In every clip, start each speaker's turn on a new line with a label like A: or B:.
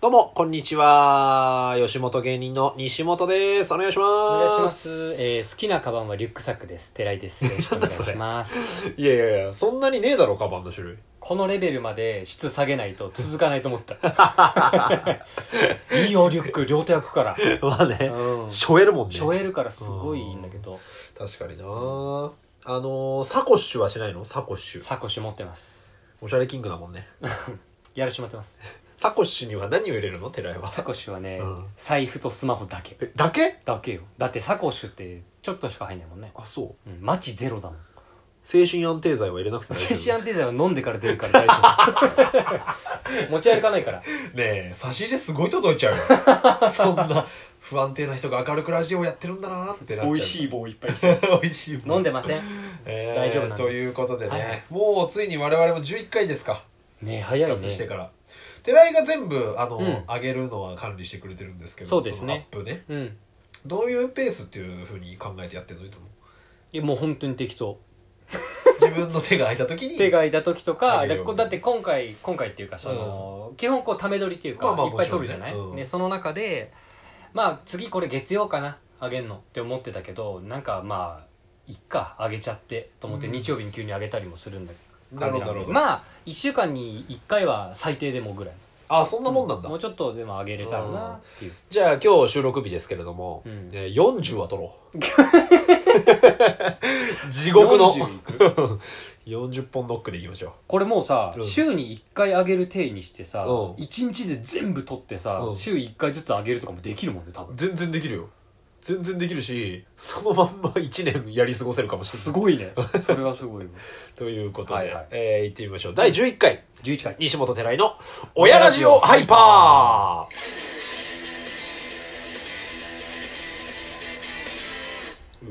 A: どうも、こんにちは。吉本芸人の西本です。お願いします。
B: お願いします、えー好きなカバンはリュックサックです寺井ですよろしくお願いします
A: いやいやいや、そんなにねえだろ、カバンの種類。
B: このレベルまで質下げないと続かないと思った いいよリュック両手開くから
A: まあね、
B: うん
A: しょえるもんね。
B: しょえるからすごいいいんだけど
A: 確かになあのー、サコッシュはしないのサコッシュ。
B: サコッシュ持ってます
A: おしゃれキングだもんね。
B: やるし持ってます
A: サコッシュには何を入れるの寺井は。
B: サコッシュはね、
A: うん
B: 財布とスマホだけ
A: え、だけ
B: だけよだってサコッシュってちょっとしか入んないもんね、
A: あ、そう。
B: うん、マチゼロだもん
A: 精神安定剤は入れなくて大丈
B: 精
A: 夫。
B: 神安定剤は飲んでから出るから大丈 夫持ち歩かないから
A: ねえ、差し入れすごい届いちゃうよ。 そんな不安定な人が明るくラジオやってるんだなってなっちゃう。い。
B: い棒いっぱいし
A: 美味しいもん。
B: 飲んでません
A: えー
B: 大丈夫なんです
A: ということでね、
B: はい
A: もうついに我々も11回ですか
B: ね早い
A: 復活して
B: ね
A: から、寺井が全部あの、
B: うん
A: 上げるのは管理してくれてるんですけど
B: そうですね
A: そのアップね
B: うん
A: どういうペースっていうふうに考えてやってるの いつも
B: いやもう本当に適当
A: 自分の手が空いた時に
B: 手が空いた時とか
A: あげ
B: だ
A: るよ
B: こだって今回今回っていうかその、基本こうため撮りっていうか、
A: まあまあ
B: いっぱい撮るじゃない、
A: もちろんねうん
B: でその中でまあ次これ月曜かなあげんのって思ってたけどなんかまあいっかあげちゃってと思って
A: うん
B: 日曜日に急にあげたりもするんだ
A: な
B: 感
A: る
B: じ
A: ほど
B: な
A: な
B: んで
A: るほど、
B: まあ1週間に1回は最低でもぐらい
A: あそんなもんなんだ、
B: もうちょっとでもあげれたらなっていう
A: じゃあ今日収録日ですけれども、
B: うん
A: えー40は撮ろ う地獄の
B: 40いく
A: 40本ノックでいきましょ
B: これもうさ、
A: うん
B: 週に1回あげる体にしてさ、
A: うん
B: 一1日で全部取ってさ、
A: うん
B: 週1回ずつあげるとかもできるもんね多
A: う
B: 分
A: 全然できるよ全然できるしそのまんま1年やり過ごせるかもしれない
B: すご いねそれはすごいわ
A: ということで、
B: はいはい
A: えー行ってみましょう。第11回、
B: 11回
A: 西本寺井の、親ラジオハイパー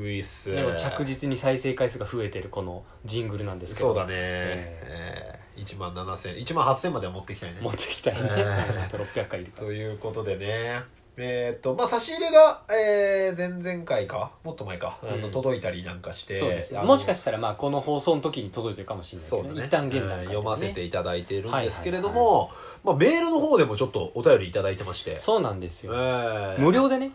A: ういっす。
B: でも着実に再生回数が増えてるこのジングルなんですけど
A: そうだね。え
B: え
A: ー1万7000、1万8000までは持ってきたいね
B: 持。ってきたいね、
A: え
B: あと600回いるから
A: ということでね。えーっと、まあ、差し入れが、えー、前々回か、もっと前か、あ
B: う
A: の、
B: ん
A: 届いたりなんかして、
B: そうです
A: あの
B: もしかしたらまあこの放送の時に届いてるかもしれないけ
A: そうだ
B: ど、
A: ね、
B: 一旦現段階でね、
A: うん読ませていただいているんですけれども、まあ、メールの方でもちょっとお便りいただいてまして、
B: そうなんですよ、
A: ええ
B: 無料でね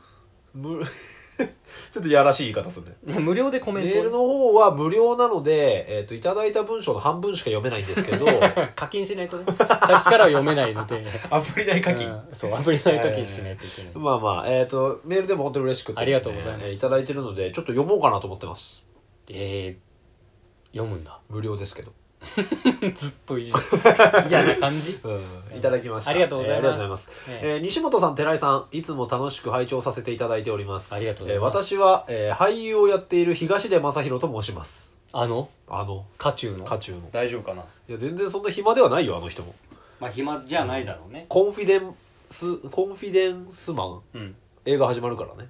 A: 無 ちょっとやらしい言い方するね
B: ね無料でコ
A: メ
B: メン
A: ール
B: ト
A: の
B: を
A: 方は無料なので、えっといただいた文章の半分しか読めないんです けど
B: 課金しないとね 先からは読めないので
A: アプリ内課金、
B: うんそうアプリ内課金しないといけない、
A: まあまあ、えっとメールでも本当に嬉しくてですね、
B: ありがとうございます
A: えーいただいてるのでちょっと読もうかなと思ってます
B: えー、読むんだ
A: 無料ですけど、
B: ずっといじる 嫌な感じ
A: うん、いただきました
B: ありがとうございます
A: えーありがとうございます、
B: え
A: えー西本さん寺井さんいつも楽しく拝聴させていただいております
B: ありがとうございま
A: え
B: す
A: ー私は、えー俳優をやっている東出昌大と申します
B: あの
A: あの
B: 渦中の
A: 渦中の
B: 大丈夫かない
A: や全然そんな暇ではないよあの人も
B: まあ暇じゃないだろうね
A: コンフィデンスコンフィデンスマン
B: うん、
A: 映画始まるからね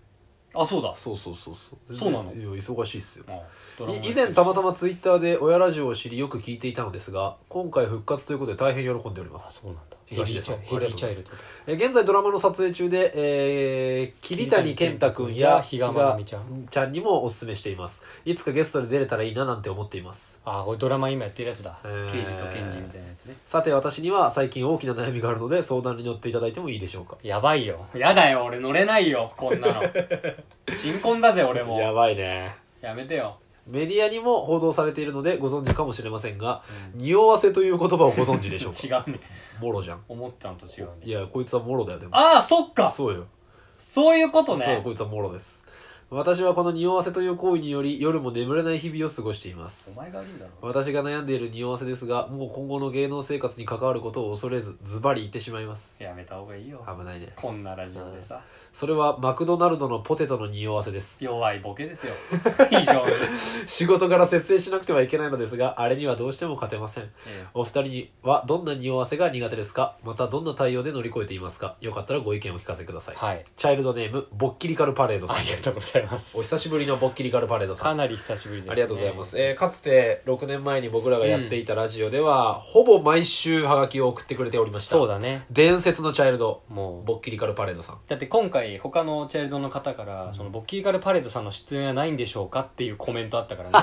B: あそうだ
A: そうそうそうそう
B: そうなの
A: いや忙しいっすよ
B: あドラマ
A: い以前たまたまツイッターで親ラジオを知りよく聞いていたのですが今回復活ということで大変喜んでおりま
B: あ
A: す
B: そうなんだヘビ
A: 東
B: ー
A: 出
B: チ
A: さん
B: ャヘビーチャイ
A: あり
B: ル
A: が
B: ド
A: えー現在ドラマの撮影中で、えー、桐谷健太君や
B: 桐谷健太君や比嘉愛未ちゃん
A: 比嘉ちゃんにもおすすめしていますいつかゲストで出れたらいいななんて思っています
B: あこれドラマ今やってるやつだ
A: へー
B: 刑事と検事みたいなやつね
A: さて私には最近大きな悩みがあるので相談に乗っていただいてもいいでしょうか
B: やばいよやだよ俺乗れないよこん なの新婚だぜ俺も
A: や
B: や
A: ばいね
B: めてよ
A: メディアにも報道されているのでご存知かもしれませんが、匂わせという言葉をご存知でしょうか
B: 違うね
A: もろじゃん
B: 思ったのと違う
A: い
B: ね
A: やこいつはもろだよでも
B: ああそっか
A: そうよ
B: そういうこと
A: そう
B: ね
A: こいつはもろです私はこの匂わせという行為により夜も眠れない日々を過ごしています
B: お前が悪いんだろ
A: 私が悩んでいる匂わせですがもう今後の芸能生活に関わることを恐れずズバリ言ってしまいます
B: やめた方がいいよ
A: 危ないね
B: こんなラジオでさ
A: それはマクドナルドのポテトの匂わせです
B: 弱いボケですよ 非常に、
A: 仕事から節制しなくてはいけないのですがあれにはどうしても勝てません
B: え
A: お二人にはどんな匂わせが苦手ですかまたどんな対応で乗り越えていますかよかったらご意見をお聞かせくださ
B: え
A: い、
B: はい
A: チャイルドネームボッキリカルパレードさん
B: ありがとうございいます
A: お久しぶりのぼっきりガルパレードさん
B: かなり久しぶりです、ね、
A: ありがとうございます、えーかつて6年前に僕らがやっていたラジオでは、ほぼ毎週ハガキを送ってくれておりました
B: そうだね
A: 伝説のチャイルド
B: もう
A: ぼっきりガルパレードさん
B: だって今回他のチャイルドの方から「そのボッキーガルパレードさんの出演はないんでしょうか?」っていうコメン トあったからね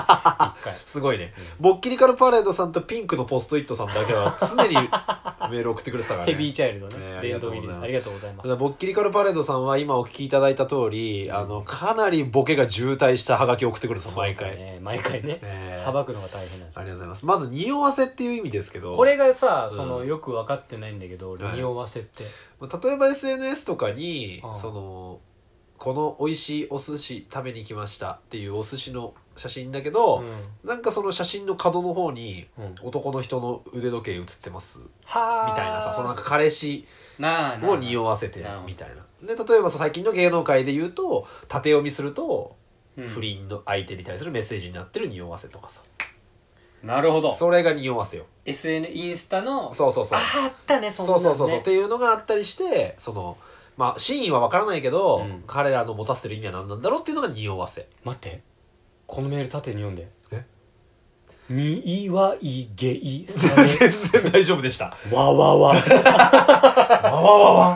B: 一回
A: すごいね、ぼっきりガルパレードさんとピンクのポストイットさんだけは常にメール送ってくれてたからね
B: ヘビーチャイルドね
A: ねあり
B: 殿
A: がと
B: 堂
A: うございま
B: 入りですすありがとうございま
A: た
B: す
A: だぼっきりガルパレードさんは今お聞きいただいた通り、あのかなりボケが渋滞したハガキを送ってくるんですよ毎回、
B: ね毎回ね
A: え
B: さばくのが大変なんです
A: あ
B: よ
A: りがとうございますまず匂わせっていう意味ですけど
B: これがさその、
A: うん
B: よく分かってないんだけど
A: はい
B: 匂わせって、
A: 例えば SNS とかに
B: ああ
A: そのこの美味しいお寿司食べに来ましたっていうお寿司の写真だけど、なんかその写真の角の方に
B: うんうん
A: 男の人の腕時計写ってますみ
B: は
A: たいなさそのなんか彼氏
B: なあなあ
A: を匂わせてる
B: なるほど
A: みたいなで例えばさ最近の芸能界で言うと縦読みすると
B: うん
A: 不倫の相手に対するメッセージになってる匂わせとかさ、
B: なるほど
A: それが匂わせよ
B: SN インスタの
A: そうそうそう
B: ああったねそんな
A: そ
B: の
A: う
B: ね
A: そうそうそうっていうのがあったりしてそのまあ真意は分からないけど、
B: うん
A: 彼らの持たせてる意味は何なんだろうっていうのが匂わ せ
B: 待ってこのメール縦に読んで
A: え
B: にいわいげいさ
A: 全 然大丈夫でした
B: れわわわ
A: わわわわ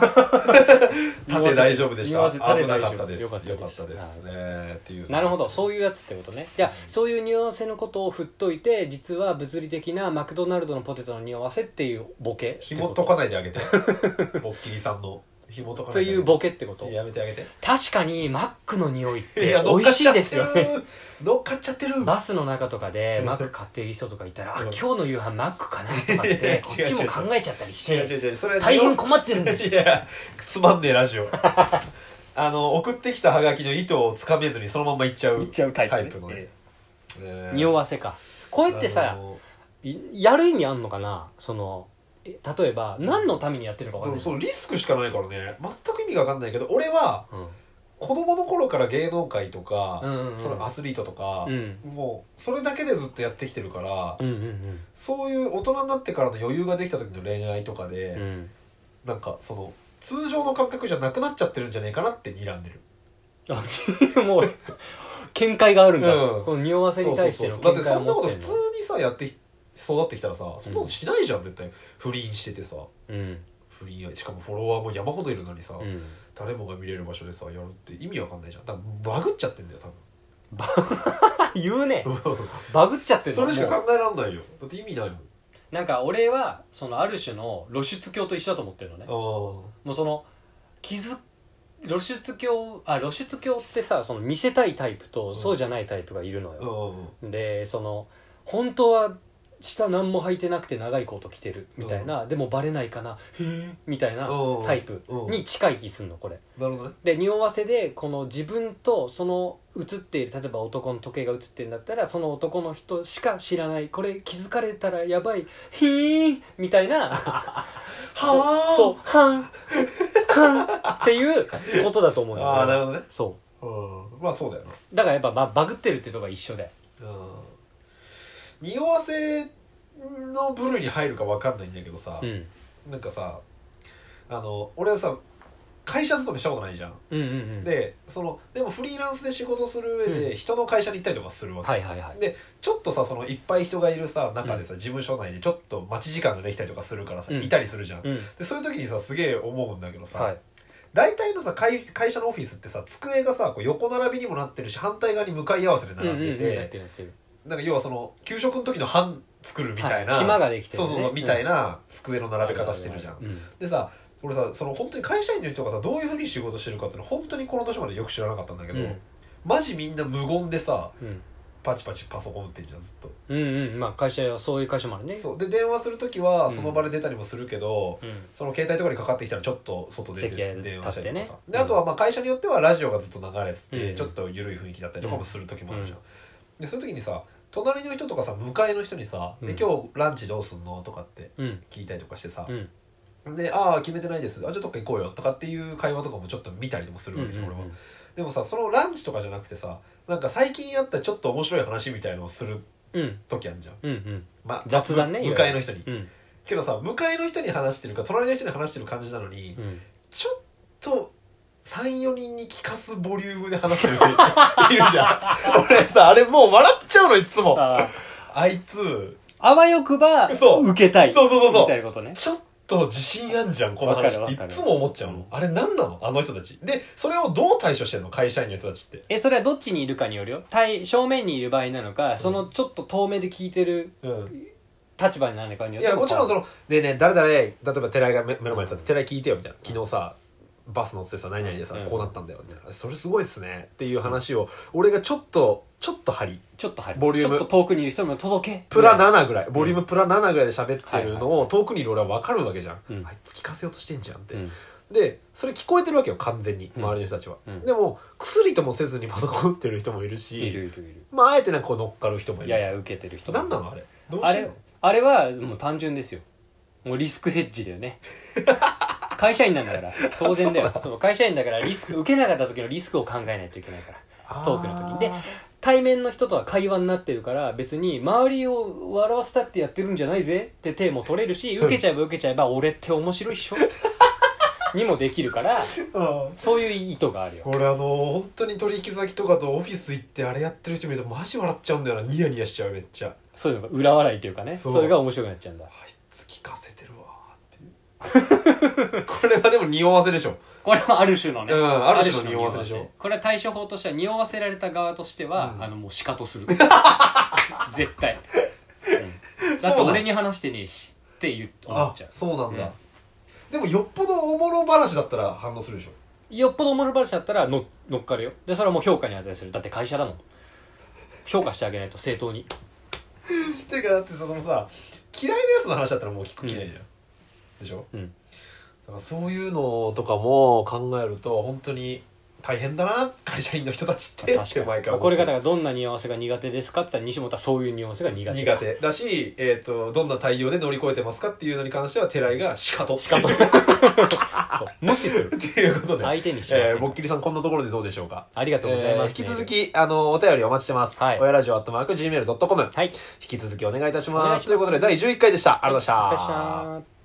A: 縦大丈夫でし
B: 匂わせ
A: た
B: 縦
A: 危なかった
B: 大丈
A: で
B: 夫
A: す
B: よかったです
A: よかったですねっていう
B: なるほど
A: う
B: そういうやつってことねいやそういう匂わせのことを振っといて実は物理的なマクドナルドのポテトの匂わせっていうボケって
A: 紐
B: こ
A: 解
B: と
A: かないであ げてぼっきりさんの紐解か
B: と
A: ないであげて
B: いうボケってこと
A: やめてあげて
B: 確かにマックの匂いって
A: いや
B: 美味しいですよね
A: 乗っかっちゃってる乗っかっ
B: バスの中とかでマック買っている人とかいたら「あ
A: うん
B: 今日の夕飯マックかな」とかっ
A: い や違
B: て
A: う
B: こっちも考えちゃったりし
A: ちゃってる違
B: て
A: う違う違うそれ
B: 大変困ってるんですよ
A: いやつまんねえラジオ あの送ってきたハガキの意図をつかめずにそのまんまいっちゃう
B: いっちゃうタイプね
A: のね、えー
B: 匂わせかこうやって
A: あ
B: さ
A: の
B: いやる意味あんのかなそのえ例えば何のためにやってるのか
A: でも
B: 分か
A: そ
B: ん
A: の
B: ない
A: リスクしかないからね全く意味が分かんないけど俺は子供の頃から芸能界とか、
B: うんうんうん
A: そのアスリートとか
B: う、ん
A: もうそれだけでずっとやってきてるから、
B: うんうんうん
A: そういう大人になってからの余裕ができた時の恋愛とかで、
B: うんうん
A: なんかその通常の感覚じゃなくなっちゃってるんじゃないかなって睨んでる
B: あ もう見解があるんだ、
A: うん
B: この匂わせに対しての
A: そうそうそうだって
B: 見解
A: そ
B: を
A: んな
B: 持
A: こ
B: って
A: と
B: んの
A: 普通にさやってき育ってきたらさそんなことしないじゃん、絶対不倫しててさ
B: うん
A: 不倫しかもフォロワーも山ほどいるのにさ、
B: うん
A: 誰もが見れる場所でさやるって意味わかんないじゃんだからバグっちゃってんだよ
B: あ言うね
A: 多 分
B: バグっちゃってる
A: それしか
B: も
A: 考えらんないよだって意味ないもん
B: うなんか俺はそのある種の露出狂と一緒だと思ってるのね
A: あ
B: もうその気づ露出狂あ露出狂ってさその見せたいタイプと
A: ん
B: そうじゃないタイプがいるのよ、
A: あうん
B: でその本当は下何も履いてなくて長いコート着てるみたいな、でもバレないかなへえみたいな
A: うん
B: タイプ
A: うん
B: に近い気すんのこれ
A: なるほどね
B: で匂わせでこの自分とその映っている例えば男の時計が映ってるんだったらその男の人しか知らないこれ気づかれたらやばいひーみたいな
A: はあ
B: そうはんはんっていうことだと思うよ
A: ああなるほどね
B: そ
A: うんまあそうだよな
B: うだからやっぱ、まあ、バグってるってとこが一緒で
A: うん匂わせの部類に入るかわかんないんだけどさ
B: う、ん
A: なんかさあの俺はさ会社勤めしたことないじゃん、
B: うんうんうん
A: でそのでもフリーランスで仕事する上で、
B: うん
A: 人の会社に行ったりとかするわけ、
B: はいはいはい
A: でちょっとさそのいっぱい人がいるさ中でさ、事務所内でちょっと待ち時間ができたりとかするからさ、
B: うん
A: いたりするじゃん、
B: うん
A: でそういう時にさすげえ思うんだけどさ、
B: はい
A: 大体のさ会会社のオフィスってさ机がさこう横並びにもなってるし反対側に向かい合わせで並んでて、
B: うんうんうんやってるやってる
A: なんか要はその給食の時の班作るみたいな、
B: はい島ができてる
A: そう
B: ね
A: そうそうみたいな机の並べ方してるじゃん、
B: うん
A: でさ俺さその本当に会社員の人がさどういうふうに仕事してるかっていうの本当にこの年までよく知らなかったんだけど、
B: うん
A: マジみんな無言でさ
B: うん
A: パチパチパソコン打ってんじゃんずっと、
B: うんうんまあ会社はそういう会社もあるね
A: そうで電話する時はその場で出たりもするけど、
B: うん
A: その携帯とかにかかってきたらちょっと外出
B: 席
A: て
B: 立ってね
A: 電話したりとかさ、
B: う
A: で
B: ん
A: あとはまあ会社によってはラジオがずっと流れてて、
B: うん
A: ちょっと緩い雰囲気だったりとかもする時もあるじゃん、でそういう時にさ隣の人とかさ向かいの人にさ「
B: う
A: で
B: ん
A: 今日ランチどうすんの?」とかって
B: うん
A: 聞いたりとかしてさ
B: う、ん
A: で「ああ決めてないですあじゃあどっか行こうよ」とかっていう会話とかもちょっと見たりもす
B: う
A: る
B: んう
A: わ
B: ん
A: けじゃん、俺はでもさそのランチとかじゃなくてさなんか最近あったちょっと面白い話みたいのをする
B: うん
A: 時あるじゃん、
B: うんうん
A: まあ、
B: 雑談ね
A: む向かいの人に、
B: うん
A: けどさ向かいの人に話してるか隣の人に話してる感じなのに、
B: うん
A: ちょっと34人に聞かすボリュームで話してる人いるじゃん俺さあれもう笑っちゃうのいつも
B: あ
A: あいつ
B: あわよくば
A: そう
B: 受けたい
A: そうそうそうそう
B: みたいなことね
A: ちょっと自信あんじゃんこの話ってい
B: わかるわかる
A: つも思っちゃうのあれ何なのあの人たちでそれをどう対処してんの会社員の人たちって
B: えそれはどっちにいるかによるよ対正面にいる場合なのかそのちょっと遠目で聞いてる
A: うん
B: 立場になるのかによ
A: い
B: って
A: やもちろんそ
B: の
A: の「ねえねえ誰々例えば寺井が目目の前にさ「寺井聞いてよ」みたいな「昨日さバス乗ってさ何々でさ
B: うん
A: こうなったんだよ」みたいな「それすごいっすね」っていう話を俺がちょっとちょっと張り
B: ちょっと入る
A: ボリューム
B: ちょっと遠くにいる人にも届け
A: プラ
B: な
A: 7ぐらいボリュームプラ7ぐらいで喋ってる
B: はい
A: のを遠くにいる俺は分かるわけじゃん、
B: うん
A: あいつ聞かせようとしてんじゃんって、
B: うん
A: でそれ聞こえてるわけよ完全に
B: うん
A: 周りの人たちは、
B: うん
A: でも薬ともせずにパソコン打ってる人もいるし
B: いるいるい
A: まああえてなんかこう乗っかる人もい
B: る
A: る
B: やや受けてる人も
A: 何なのあれどう
B: あ
A: してん
B: れ
A: の
B: あれはもう単純ですよもうリスクヘッジだよ ね会社員なんだから当然だよその会社員だからリスク受けなかった時のリスクを考えないといけないからトークの時にで
A: あー
B: 対面の人とは会話になってるから別に周りを笑わせたくてやってるんじゃないぜって手も取れるし受けちゃえば受けちゃえば俺って面白いっ しょにもできるから
A: あー
B: そういう意図があるよ
A: 俺あの本当に取引先とかとオフィス行ってあれやってる人見るとマジ笑っちゃうんだよなニヤニヤしちゃうめっちゃ
B: そういうのが裏笑いというかね
A: そ
B: そうれが面白くなっちゃうんだ
A: あいつ聞かせてるわ ーっていうこれはでも匂わせでしょ
B: これもある種のね、
A: うんある種の匂わせ
B: ある
A: でしょ
B: 匂これは対処法としては匂わせられた側としては、
A: うん
B: あのもうシカ とする絶対、うんだって俺に話してねえしって言う思
A: あ
B: っちゃう
A: そうなんだ、
B: うん
A: でもよっぽどおもろ話だったら反応するでしょ
B: よっぽどおもろ話だったらの乗っかるよでそれはもう評価に値するだって会社だもん評価してあげないと正当に
A: っていうかだってさそのさ嫌いなやつの話だったらもう聞く気ないじゃん、でしょ
B: うん
A: だからそういうのとかも考えると本当に大変だな会社員の人たちってって毎回思う
B: これがだからどんな匂わせが苦手ですかって言ったら西本はそういう匂わせが苦手
A: 苦手だし、えー、とどんな対応で乗り越えてますかっていうのに関しては寺井が「しかと」
B: シ カとそう無視する
A: っていうことで
B: 相手にしませ
A: え
B: ん
A: ー、ぼっきりさんこんなところでどうでしょうか
B: ありがとうございます
A: えー引き続きあのお便りお待ちしてます、
B: はい
A: 親ラジオアットマーク Gmail.com、
B: はい
A: 引き続きお願いいたし
B: お願
A: ま
B: いしますす
A: ということで第11回でしたありがとうございました、
B: お疲れ様でした